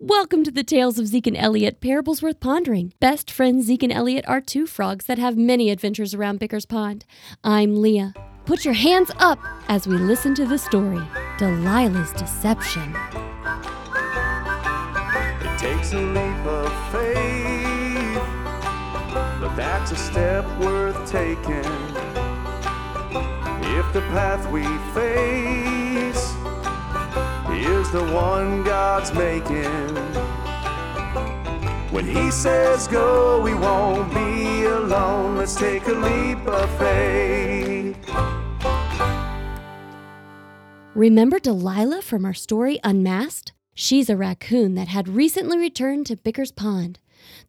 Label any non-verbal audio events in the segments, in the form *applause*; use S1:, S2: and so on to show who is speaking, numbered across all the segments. S1: Welcome to the Tales of Zeke and Elliot, Parables Worth Pondering. Best friends Zeke and Elliot are two frogs that have many adventures around Bicker's Pond. I'm Leah. Put your hands up as we listen to the story Delilah's Deception.
S2: It takes a leap of faith, but that's a step worth taking. If the path we face is the one God's making, when He says go, we won't be alone. Let's take a leap of faith.
S1: Remember Delilah from our story Unmasked? She's a raccoon that had recently returned to Bicker's Pond.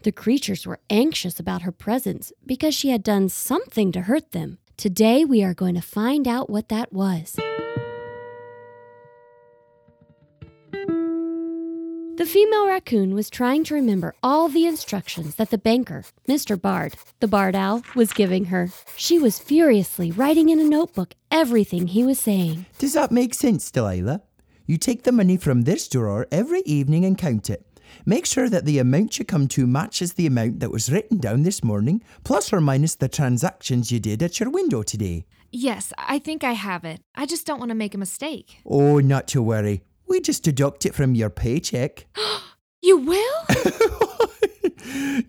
S1: The creatures were anxious about her presence because she had done something to hurt them. Today we are going to find out what that was. The female raccoon was trying to remember all the instructions that the banker, Mr. Bard, the Bard Owl, was giving her. She was furiously writing in a notebook everything he was saying.
S3: Does that make sense, Delilah? You take the money from this drawer every evening and count it. Make sure that the amount you come to matches the amount that was written down this morning, plus or minus the transactions you did at your window today.
S4: Yes, I think I have it. I just don't want to make a mistake.
S3: Oh, not to worry. We just deduct it from your paycheck. *gasps*
S4: You will?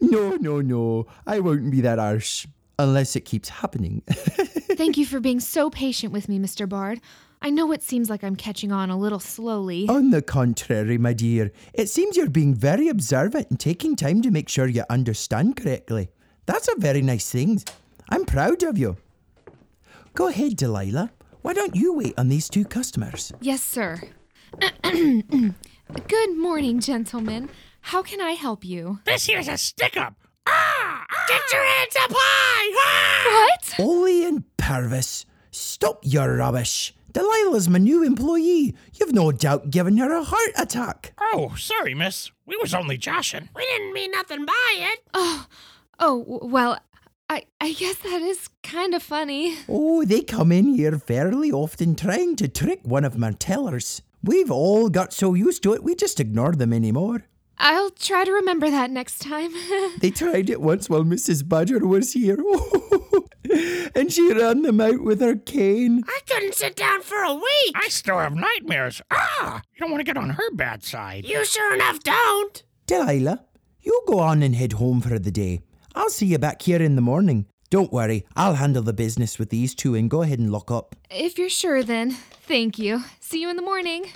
S3: no, no, no. I won't be that harsh. Unless it keeps happening.
S4: *laughs*
S3: *laughs*
S4: Thank you for being so patient with me, Mr. Bard. I know it seems like I'm catching on a little slowly.
S3: On the contrary, my dear, it seems you're being very observant and taking time to make sure you understand correctly. That's a very nice thing. I'm proud of you. Go ahead, Delilah. Why don't you wait on these two customers?
S4: Yes, sir. *clears throat* Good morning, gentlemen. How can I help you?
S5: This here's a stick up. Ah! Get your hands up high! Ah!
S4: What?
S3: Ollie and Purvis, stop your rubbish. Delilah's my new employee. You've no doubt given her a heart attack.
S5: Oh, sorry, miss. We was only joshing. We didn't mean nothing by it.
S4: Oh, oh, w- well, I, I guess that is kind of funny.
S3: Oh, they come in here fairly often trying to trick one of my tellers. We've all got so used to it, we just ignore them anymore.
S4: I'll try to remember that next time. *laughs*
S3: They tried it once while Mrs. Badger was here. *laughs* and she ran them out with her cane.
S6: I couldn't sit down for a week.
S5: I still have nightmares. Ah! You don't want to get on her bad side.
S6: You sure enough don't.
S3: Delilah, you go on and head home for the day. I'll see you back here in the morning. Don't worry, I'll handle the business with these two and go ahead and lock up.
S4: if you're sure, then, thank you. See you in the morning.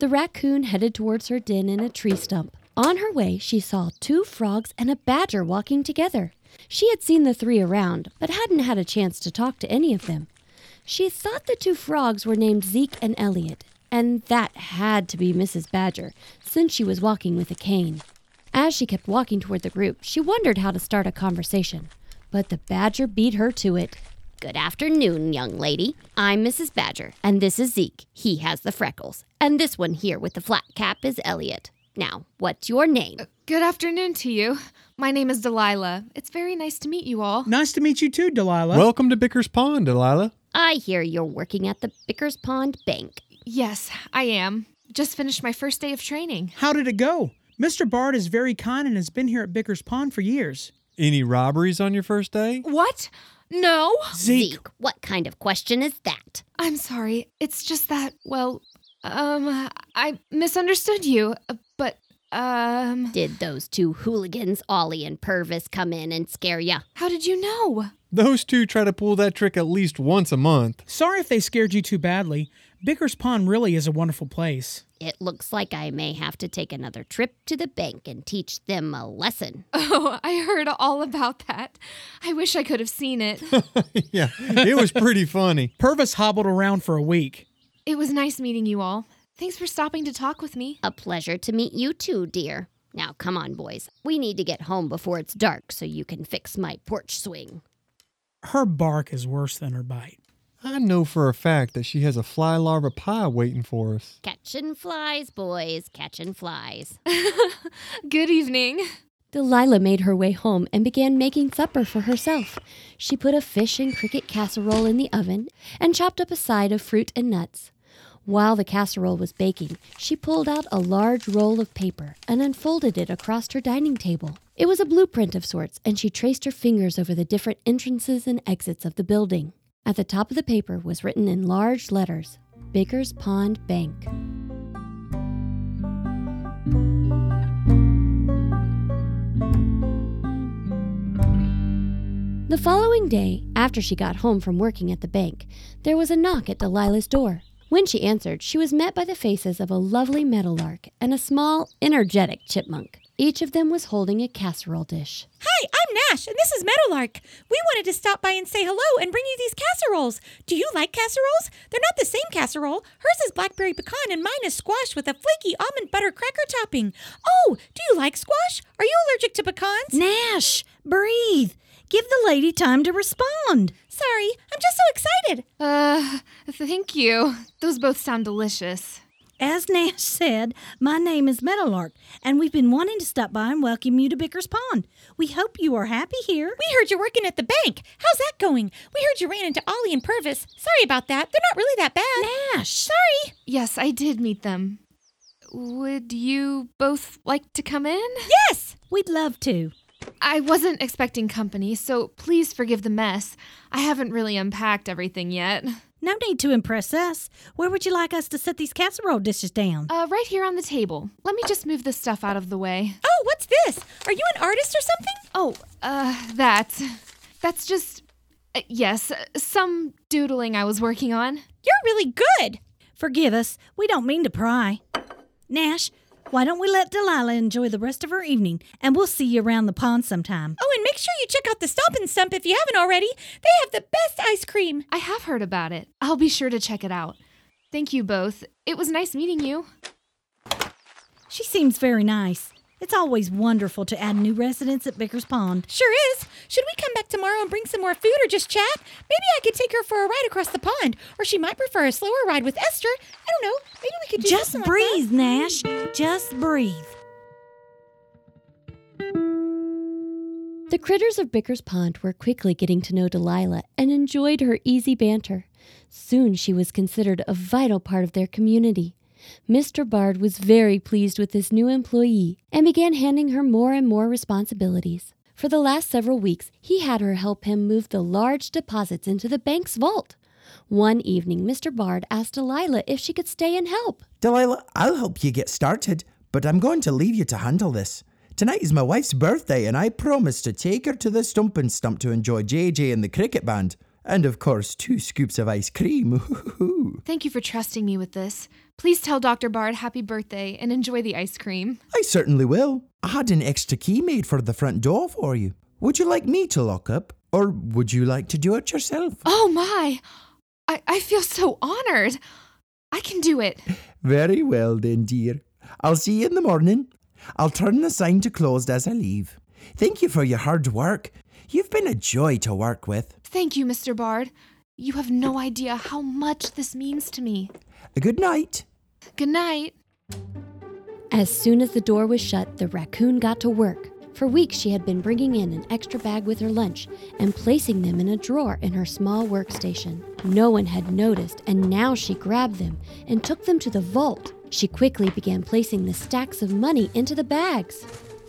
S1: The raccoon headed towards her den in a tree stump. On her way, she saw two frogs and a badger walking together. She had seen the three around, but hadn't had a chance to talk to any of them. She thought the two frogs were named Zeke and Elliot, and that had to be Mrs. Badger, since she was walking with a cane. As she kept walking toward the group, she wondered how to start a conversation, but the badger beat her to it. Good afternoon, young lady. I'm Mrs. Badger, and this is Zeke. He has the freckles. And this one here with the flat cap is Elliot. Now, what's your name?
S4: Good afternoon to you. My name is Delilah. It's very nice to meet you all.
S7: Nice to meet you too, Delilah.
S8: Welcome to Bicker's Pond, Delilah.
S1: I hear you're working at the Bickers Pond Bank.
S4: Yes, I am. Just finished my first day of training.
S7: how did it go? Mr. Bard is very kind and has been here at Bicker's Pond for years.
S8: Any robberies on your first day?
S4: What? No?
S1: Zeke, what kind of question is that?
S4: I'm sorry. It's just that, well, um, I misunderstood you, uh, but, um,
S1: Did those two hooligans, Ollie and Purvis, come in and scare ya?
S4: how did you know? *laughs*
S8: Those two try to pull that trick at least once a month. *laughs*
S7: Sorry if they scared you too badly. Bicker's Pond really is a wonderful place.
S1: It looks like I may have to take another trip to the bank and teach them a lesson.
S4: Oh, I heard all about that. I wish I could have seen *laughs* it.
S8: yeah, it was pretty funny.
S7: Purvis hobbled around for a week.
S4: it was nice meeting you all. Thanks for stopping to talk with me.
S1: A pleasure to meet you too, dear. Now, come on, boys. We need to get home before it's dark so you can fix my porch swing.
S7: Her bark is worse than her bite.
S8: I know for a fact that she has a fly larva pie waiting for us.
S1: Catching flies, boys, catching flies.
S4: Good evening.
S1: Delilah made her way home and began making supper for herself. She put a fish and cricket casserole in the oven and chopped up a side of fruit and nuts. While the casserole was baking, she pulled out a large roll of paper and unfolded it across her dining table. It was a blueprint of sorts, and she traced her fingers over the different entrances and exits of the building. At the top of the paper was written in large letters Baker's Pond Bank. The following day, after she got home from working at the bank, there was a knock at Delilah's door. When she answered, she was met by the faces of a lovely meadowlark and a small, energetic chipmunk. Each of them was holding a casserole dish.
S9: Hi, I'm Nash, and this is Meadowlark. We wanted to stop by and say hello and bring you these casseroles. Do you like casseroles? They're not the same casserole. Hers is blackberry pecan, and mine is squash with a flaky almond butter cracker topping. Oh, do you like squash? Are you allergic to pecans?
S10: Nash, breathe. Give the lady time to respond.
S9: Sorry, I'm just so excited.
S4: Uh, thank you. Those both sound delicious.
S10: As Nash said, my name is Meadowlark, and we've been wanting to stop by and welcome you to Bicker's Pond. We hope you are happy here.
S9: We heard you're working at the bank. How's that going? We heard you ran into Ollie and Purvis. Sorry about that. They're not really that bad.
S10: Nash!
S9: Sorry!
S4: Yes, I did meet them. Would you both like to come in?
S9: Yes!
S10: We'd love to.
S4: I wasn't expecting company, so please forgive the mess. I haven't really unpacked everything yet.
S10: No need to impress us. Where would you like us to set these casserole dishes down?
S4: Uh, right here on the table. Let me just move this stuff out of the way.
S9: Oh, what's this? Are you an artist or something?
S4: Oh, uh, that. That's just. Uh, yes, uh, some doodling I was working on.
S9: You're really good!
S10: Forgive us. We don't mean to pry. Nash, why don't we let Delilah enjoy the rest of her evening and we'll see you around the pond sometime?
S9: Oh, and make sure you check out the Stomp and Stump if you haven't already. They have the best ice cream.
S4: I have heard about it. I'll be sure to check it out. Thank you both. It was nice meeting you.
S10: She seems very nice. It's always wonderful to add new residents at Bicker's Pond.
S9: Sure is. Should we come back tomorrow and bring some more food or just chat? Maybe I could take her for a ride across the pond, or she might prefer a slower ride with Esther. I don't know. Maybe we could do
S10: Just
S9: something like that.
S10: breathe, Nash. Just breathe.
S1: The critters of Bicker's Pond were quickly getting to know Delilah and enjoyed her easy banter. Soon she was considered a vital part of their community. Mr. Bard was very pleased with his new employee and began handing her more and more responsibilities. For the last several weeks, he had her help him move the large deposits into the bank's vault. One evening, Mr. Bard asked Delilah if she could stay and help.
S3: Delilah, I'll help you get started, but I'm going to leave you to handle this. Tonight is my wife's birthday, and I promised to take her to the Stump and Stump to enjoy JJ and the cricket band. And of course, two scoops of ice cream. *laughs*
S4: Thank you for trusting me with this. Please tell Dr. Bard happy birthday and enjoy the ice cream.
S3: I certainly will. I had an extra key made for the front door for you. Would you like me to lock up, or would you like to do it yourself? *laughs*
S4: Oh my! I, I feel so honored. I can do it.
S3: Very well, then, dear. I'll see you in the morning. I'll turn the sign to closed as I leave. Thank you for your hard work. You've been a joy to work with.
S4: Thank you, Mr. Bard. You have no idea how much this means to me.
S3: A good night.
S4: Good night.
S1: As soon as the door was shut, the raccoon got to work. For weeks, she had been bringing in an extra bag with her lunch and placing them in a drawer in her small workstation. No one had noticed, and now she grabbed them and took them to the vault. She quickly began placing the stacks of money into the bags.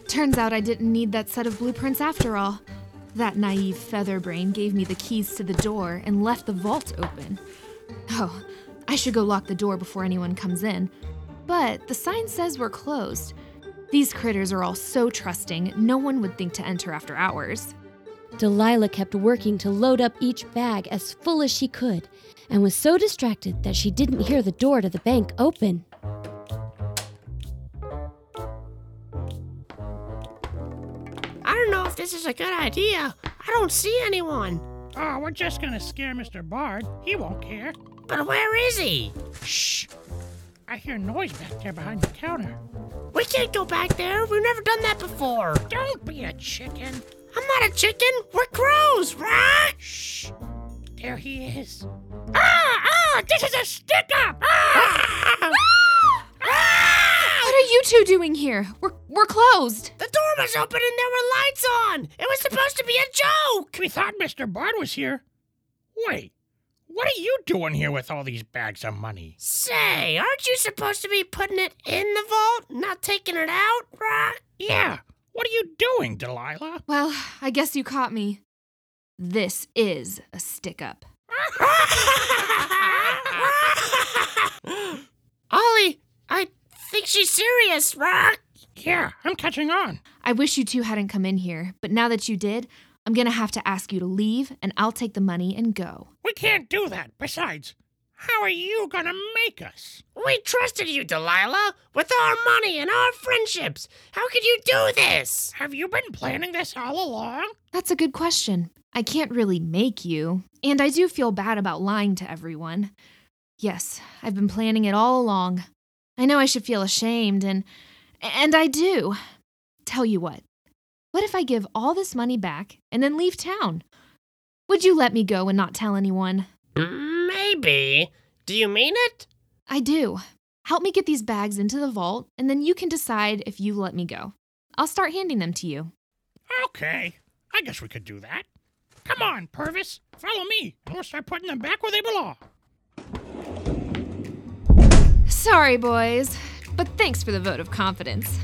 S4: Turns out I didn't need that set of blueprints after all. That naive featherbrain gave me the keys to the door and left the vault open. Oh, I should go lock the door before anyone comes in. But the sign says we're closed. These critters are all so trusting, no one would think to enter after hours.
S1: Delilah kept working to load up each bag as full as she could and was so distracted that she didn't hear the door to the bank open.
S6: I don't know if this is a good idea. I don't see anyone.
S5: Oh, we're just gonna scare Mr. Bard. He won't care.
S6: But where is he?
S5: Shh. I hear noise back there behind the counter.
S6: We can't go back there. We've never done that before.
S5: Don't be a chicken.
S6: I'm not a chicken. We're crows. Rah!
S5: Shh. There he is.
S6: Ah, ah, this is a stick up. Ah!
S5: Ah.
S4: What are you two doing here? We're, we're closed.
S6: The door was open and there were lights on. It was supposed to be a joke.
S5: We thought Mr. Bard was here. Wait, What are you doing here with all these bags of money?
S6: Say, aren't you supposed to be putting it in the vault, not taking it out, Rock?
S5: Yeah. What are you doing, Delilah?
S4: Well, I guess you caught me. This is a stick up.
S6: *laughs* Ollie, I think she's serious, Rock.
S5: Yeah, I'm catching on.
S4: I wish you two hadn't come in here, but now that you did, I'm gonna have to ask you to leave, and I'll take the money and go.
S5: We can't do that. Besides, how are you gonna make us?
S6: We trusted you, Delilah, with our money and our friendships. How could you do this?
S5: Have you been planning this all along?
S4: That's a good question. I can't really make you, and I do feel bad about lying to everyone. Yes, I've been planning it all along. I know I should feel ashamed, and and I do. Tell you what, what if I give all this money back and then leave town? Would you let me go and not tell anyone?
S6: Mm, Maybe. Do you mean it?
S4: I do. Help me get these bags into the vault, and then you can decide if you let me go. I'll start handing them to you.
S5: Okay. I guess we could do that. Come on, Purvis. Follow me, and we'll start putting them back where they belong.
S4: Sorry, boys, but thanks for the vote of confidence.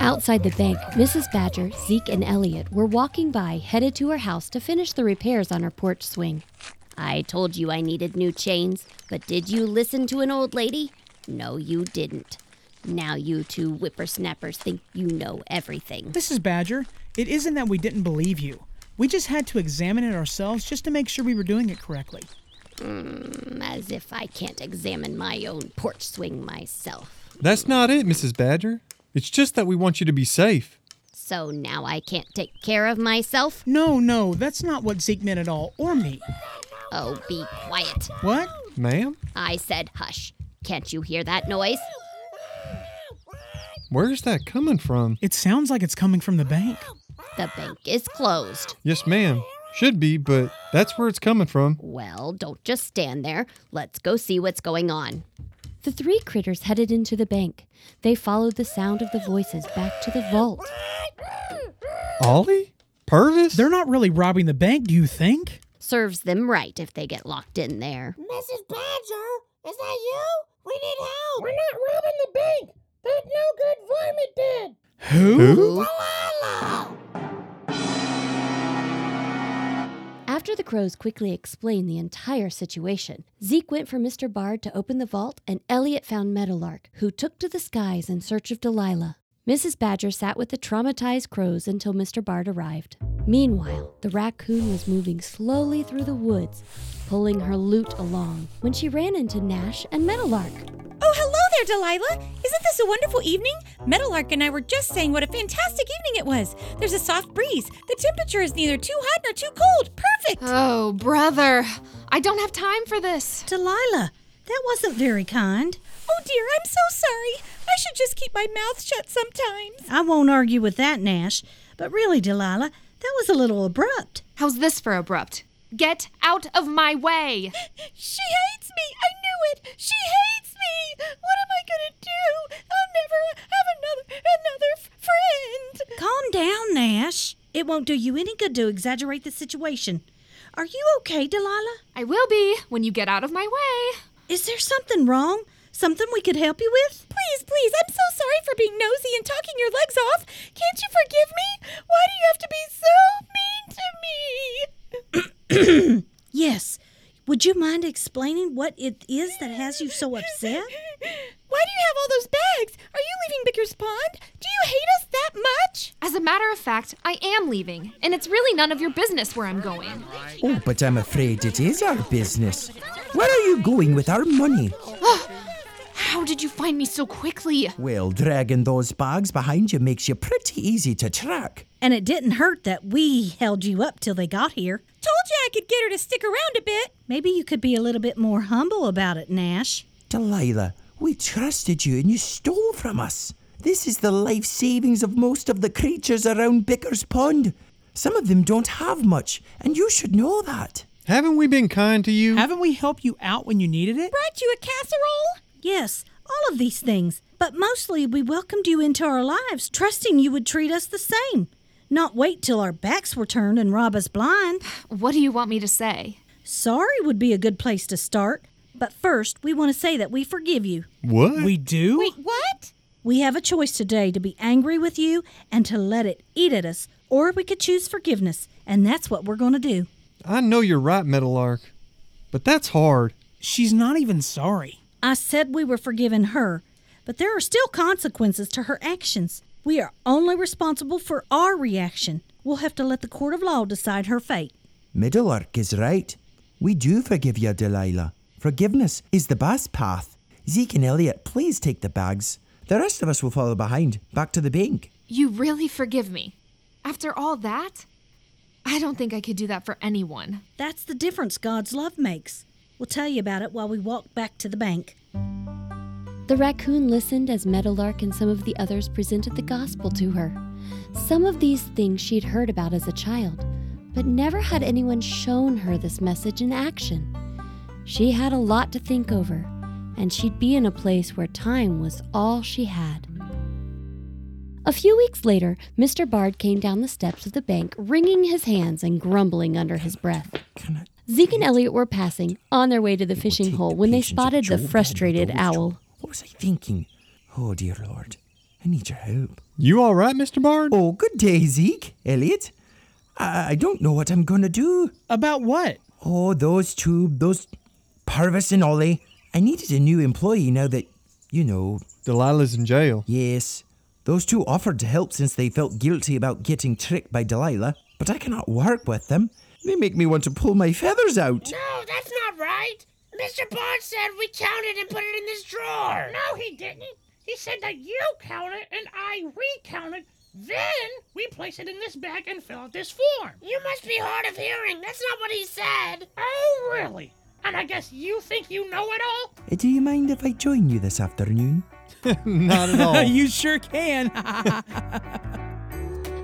S1: Outside the bank, Mrs. Badger, Zeke, and Elliot were walking by, headed to her house to finish the repairs on her porch swing.
S11: I told you I needed new chains, but did you listen to an old lady? No, you didn't. Now you two whippersnappers think you know everything.
S7: Mrs. Badger, it isn't that we didn't believe you. We just had to examine it ourselves just to make sure we were doing it correctly.
S11: Mm, as if I can't examine my own porch swing myself.
S8: That's not it, Mrs. Badger. It's just that we want you to be safe.
S11: So now I can't take care of myself?
S7: No, no, that's not what Zeke meant at all, or me.
S11: Oh, be quiet.
S7: What?
S8: Ma'am?
S11: I said hush. Can't you hear that noise?
S8: Where's that coming from?
S7: It sounds like it's coming from the bank.
S11: The bank is closed.
S8: Yes, ma'am. Should be, but that's where it's coming from.
S11: Well, don't just stand there. Let's go see what's going on.
S1: The three critters headed into the bank. They followed the sound of the voices back to the vault.
S8: Ollie? Purvis?
S7: They're not really robbing the bank, do you think?
S11: Serves them right if they get locked in there.
S12: Mrs. Badger, is that you? We need help. We're not robbing the bank. That no good varmint did.
S7: Who?
S12: Who?
S1: After the crows quickly explained the entire situation, Zeke went for Mr. Bard to open the vault, and Elliot found Meadowlark, who took to the skies in search of Delilah. Mrs. Badger sat with the traumatized crows until Mr. Bard arrived. Meanwhile, the raccoon was moving slowly through the woods, pulling her loot along, when she ran into Nash and Meadowlark.
S9: Oh, hello there, Delilah! Isn't this a wonderful evening? Metalark and I were just saying what a fantastic evening it was. There's a soft breeze. The temperature is neither too hot nor too cold. Perfect!
S4: Oh, brother. I don't have time for this.
S10: Delilah, that wasn't very kind.
S9: Oh, dear, I'm so sorry. I should just keep my mouth shut sometimes.
S10: I won't argue with that, Nash. But really, Delilah, that was a little abrupt.
S4: How's this for abrupt? Get out of my way!
S9: she hates me! I knew it! She hates me! What am I gonna do? I'll never have another another f- friend.
S10: Calm down, Nash. It won't do you any good to exaggerate the situation. Are you okay, Delilah?
S4: I will be when you get out of my way.
S10: Is there something wrong? Something we could help you with?
S9: Please, please, I'm so sorry for being nosy and talking your legs off. Can't you forgive me? Why do you have to be so mean to me?
S10: *clears throat* yes. Would you mind explaining what it is that has you so upset?
S9: *laughs* Why do you have all those bags? Are you leaving Bicker's Pond? Do you hate us that much?
S4: As a matter of fact, I am leaving, and it's really none of your business where I'm going.
S3: Oh, but I'm afraid it is our business. Where are you going with our money?
S4: How did you find me so quickly?
S3: Well, dragging those bags behind you makes you pretty easy to track.
S10: And it didn't hurt that we held you up till they got here.
S9: Told you I could get her to stick around a bit.
S10: Maybe you could be a little bit more humble about it, Nash.
S3: Delilah, we trusted you and you stole from us. This is the life savings of most of the creatures around Bicker's Pond. Some of them don't have much, and you should know that.
S8: Haven't we been kind to you?
S7: Haven't we helped you out when you needed it?
S9: Brought you a casserole?
S10: Yes, all of these things. But mostly we welcomed you into our lives, trusting you would treat us the same. not wait till our backs were turned and rob us blind.
S4: What do you want me to say?
S10: Sorry would be a good place to start, but first we want to say that we forgive you.
S8: What?
S7: We do?
S10: what? We have a choice today to be angry with you and to let it eat at us, or we could choose forgiveness, and that's what we're going to do.
S8: I know you're right, Metalark, but that's hard.
S7: She's not even sorry.
S10: I said we were forgiving her, but there are still consequences to her actions. We are only responsible for our reaction. We'll have to let the court of law decide her fate.
S3: Middleark is right. We do forgive you, Delilah. Forgiveness is the best path. Zeke and Elliot, please take the bags. The rest of us will follow behind, back to the bank.
S4: You really forgive me? After all that? I don't think I could do that for anyone.
S10: That's the difference God's love makes. We'll tell you about it while we walk back to the bank.
S1: The raccoon listened as Meadowlark and some of the others presented the gospel to her. Some of these things she'd heard about as a child, but never had anyone shown her this message in action. She had a lot to think over, and she'd be in a place where time was all she had. A few weeks later, Mr. Bard came down the steps of the bank, wringing his hands and grumbling under his breath. Zeke and Elliot were passing on their way to the fishing hole when they spotted the frustrated owl.
S3: What was I thinking? Oh, dear Lord. I need your help.
S8: You all right, Mr. Bard?
S3: Oh, good day, Zeke. Elliot. I, I don't know what I'm going to do.
S7: About what?
S3: Oh, those two, those Purvis and Ollie. I needed a new employee now that, you know.
S8: Delilah's in jail.
S3: Yes. Those two offered to help since they felt guilty about getting tricked by Delilah, but I cannot work with them. They make me want to pull my feathers out.
S6: No, that's not right. Mr. Bond said we counted and put it in this drawer.
S5: No, he didn't. He said that you counted and I recounted. Then we place it in this bag and fill out this form.
S6: You must be hard of hearing. That's not what he said.
S5: Oh, really? And I guess you think you know it all?
S3: Uh, Do you mind if I join you this afternoon?
S8: Not at all.
S7: *laughs* you sure can.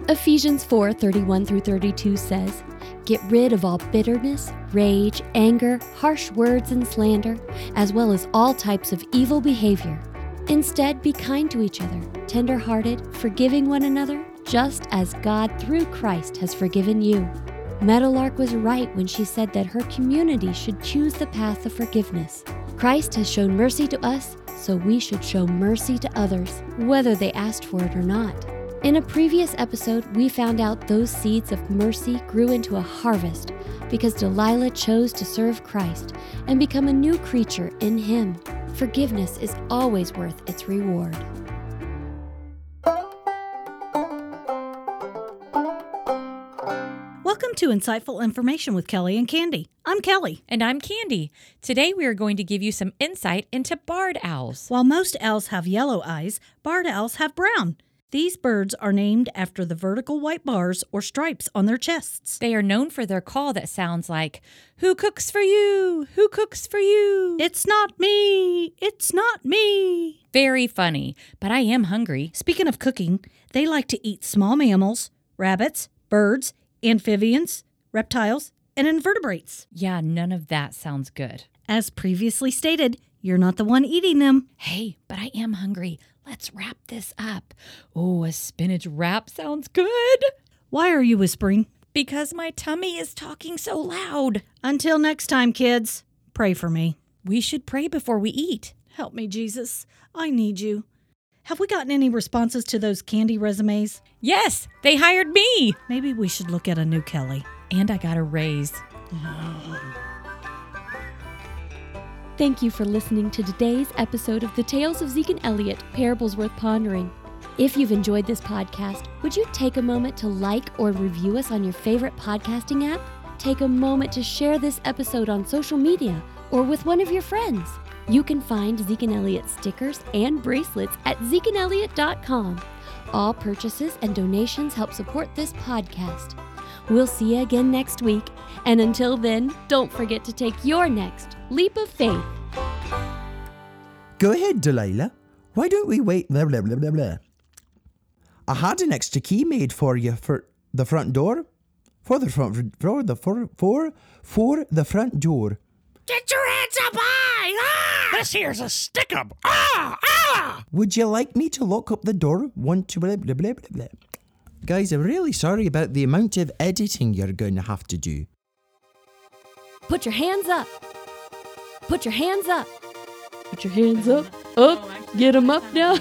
S1: Ephesians 4 31 through 32 says, Get rid of all bitterness, rage, anger, harsh words, and slander, as well as all types of evil behavior. Instead, be kind to each other, tender hearted, forgiving one another, just as God through Christ has forgiven you. Meadowlark was right when she said that her community should choose the path of forgiveness. Christ has shown mercy to us, so we should show mercy to others, whether they asked for it or not. In a previous episode, we found out those seeds of mercy grew into a harvest because Delilah chose to serve Christ and become a new creature in Him. Forgiveness is always worth its reward.
S10: Welcome to Insightful Information with Kelly and Candy. I'm Kelly.
S13: And I'm Candy. Today we are going to give you some insight into barred owls.
S10: While most owls have yellow eyes, barred owls have brown. These birds are named after the vertical white bars or stripes on their chests.
S13: They are known for their call that sounds like, Who cooks for you? Who cooks for you?
S10: It's not me. It's not me.
S13: Very funny, but I am hungry.
S10: Speaking of cooking, they like to eat small mammals, rabbits, birds, amphibians, reptiles, and invertebrates.
S13: Yeah, none of that sounds good.
S10: As previously stated, you're not the one eating them.
S13: Hey, but I am hungry. Let's wrap this up. Oh, a spinach wrap sounds good.
S10: Why are you whispering?
S13: Because my tummy is talking so loud.
S10: Until next time, kids, pray for me.
S13: We should pray before we eat.
S10: Help me, Jesus. I need you. Have we gotten any responses to those candy resumes?
S13: Yes, they hired me.
S10: Maybe we should look at a new Kelly.
S13: And I got a raise.
S1: Thank you for listening to today's episode of the Tales of Zeke and Elliot Parables Worth Pondering. If you've enjoyed this podcast, would you take a moment to like or review us on your favorite podcasting app? Take a moment to share this episode on social media or with one of your friends. You can find Zeke and Elliot stickers and bracelets at zekeandelliot.com. All purchases and donations help support this podcast. We'll see you again next week, and until then, don't forget to take your next leap of faith.
S3: Go ahead, Delilah. Why don't we wait? Blah, blah, blah, blah, blah. I had an extra key made for you for the front door. For the front for the for for for the front door.
S6: Get your hands up high! Ah!
S5: This here's a stick up. Ah! Ah!
S3: Would you like me to lock up the door? One, two, blah, blah, blah, blah, blah. Guys, I'm really sorry about the amount of editing you're going to have to do.
S10: Put your hands up. Put your hands up. Put your hands up. Up. Get 'em up now.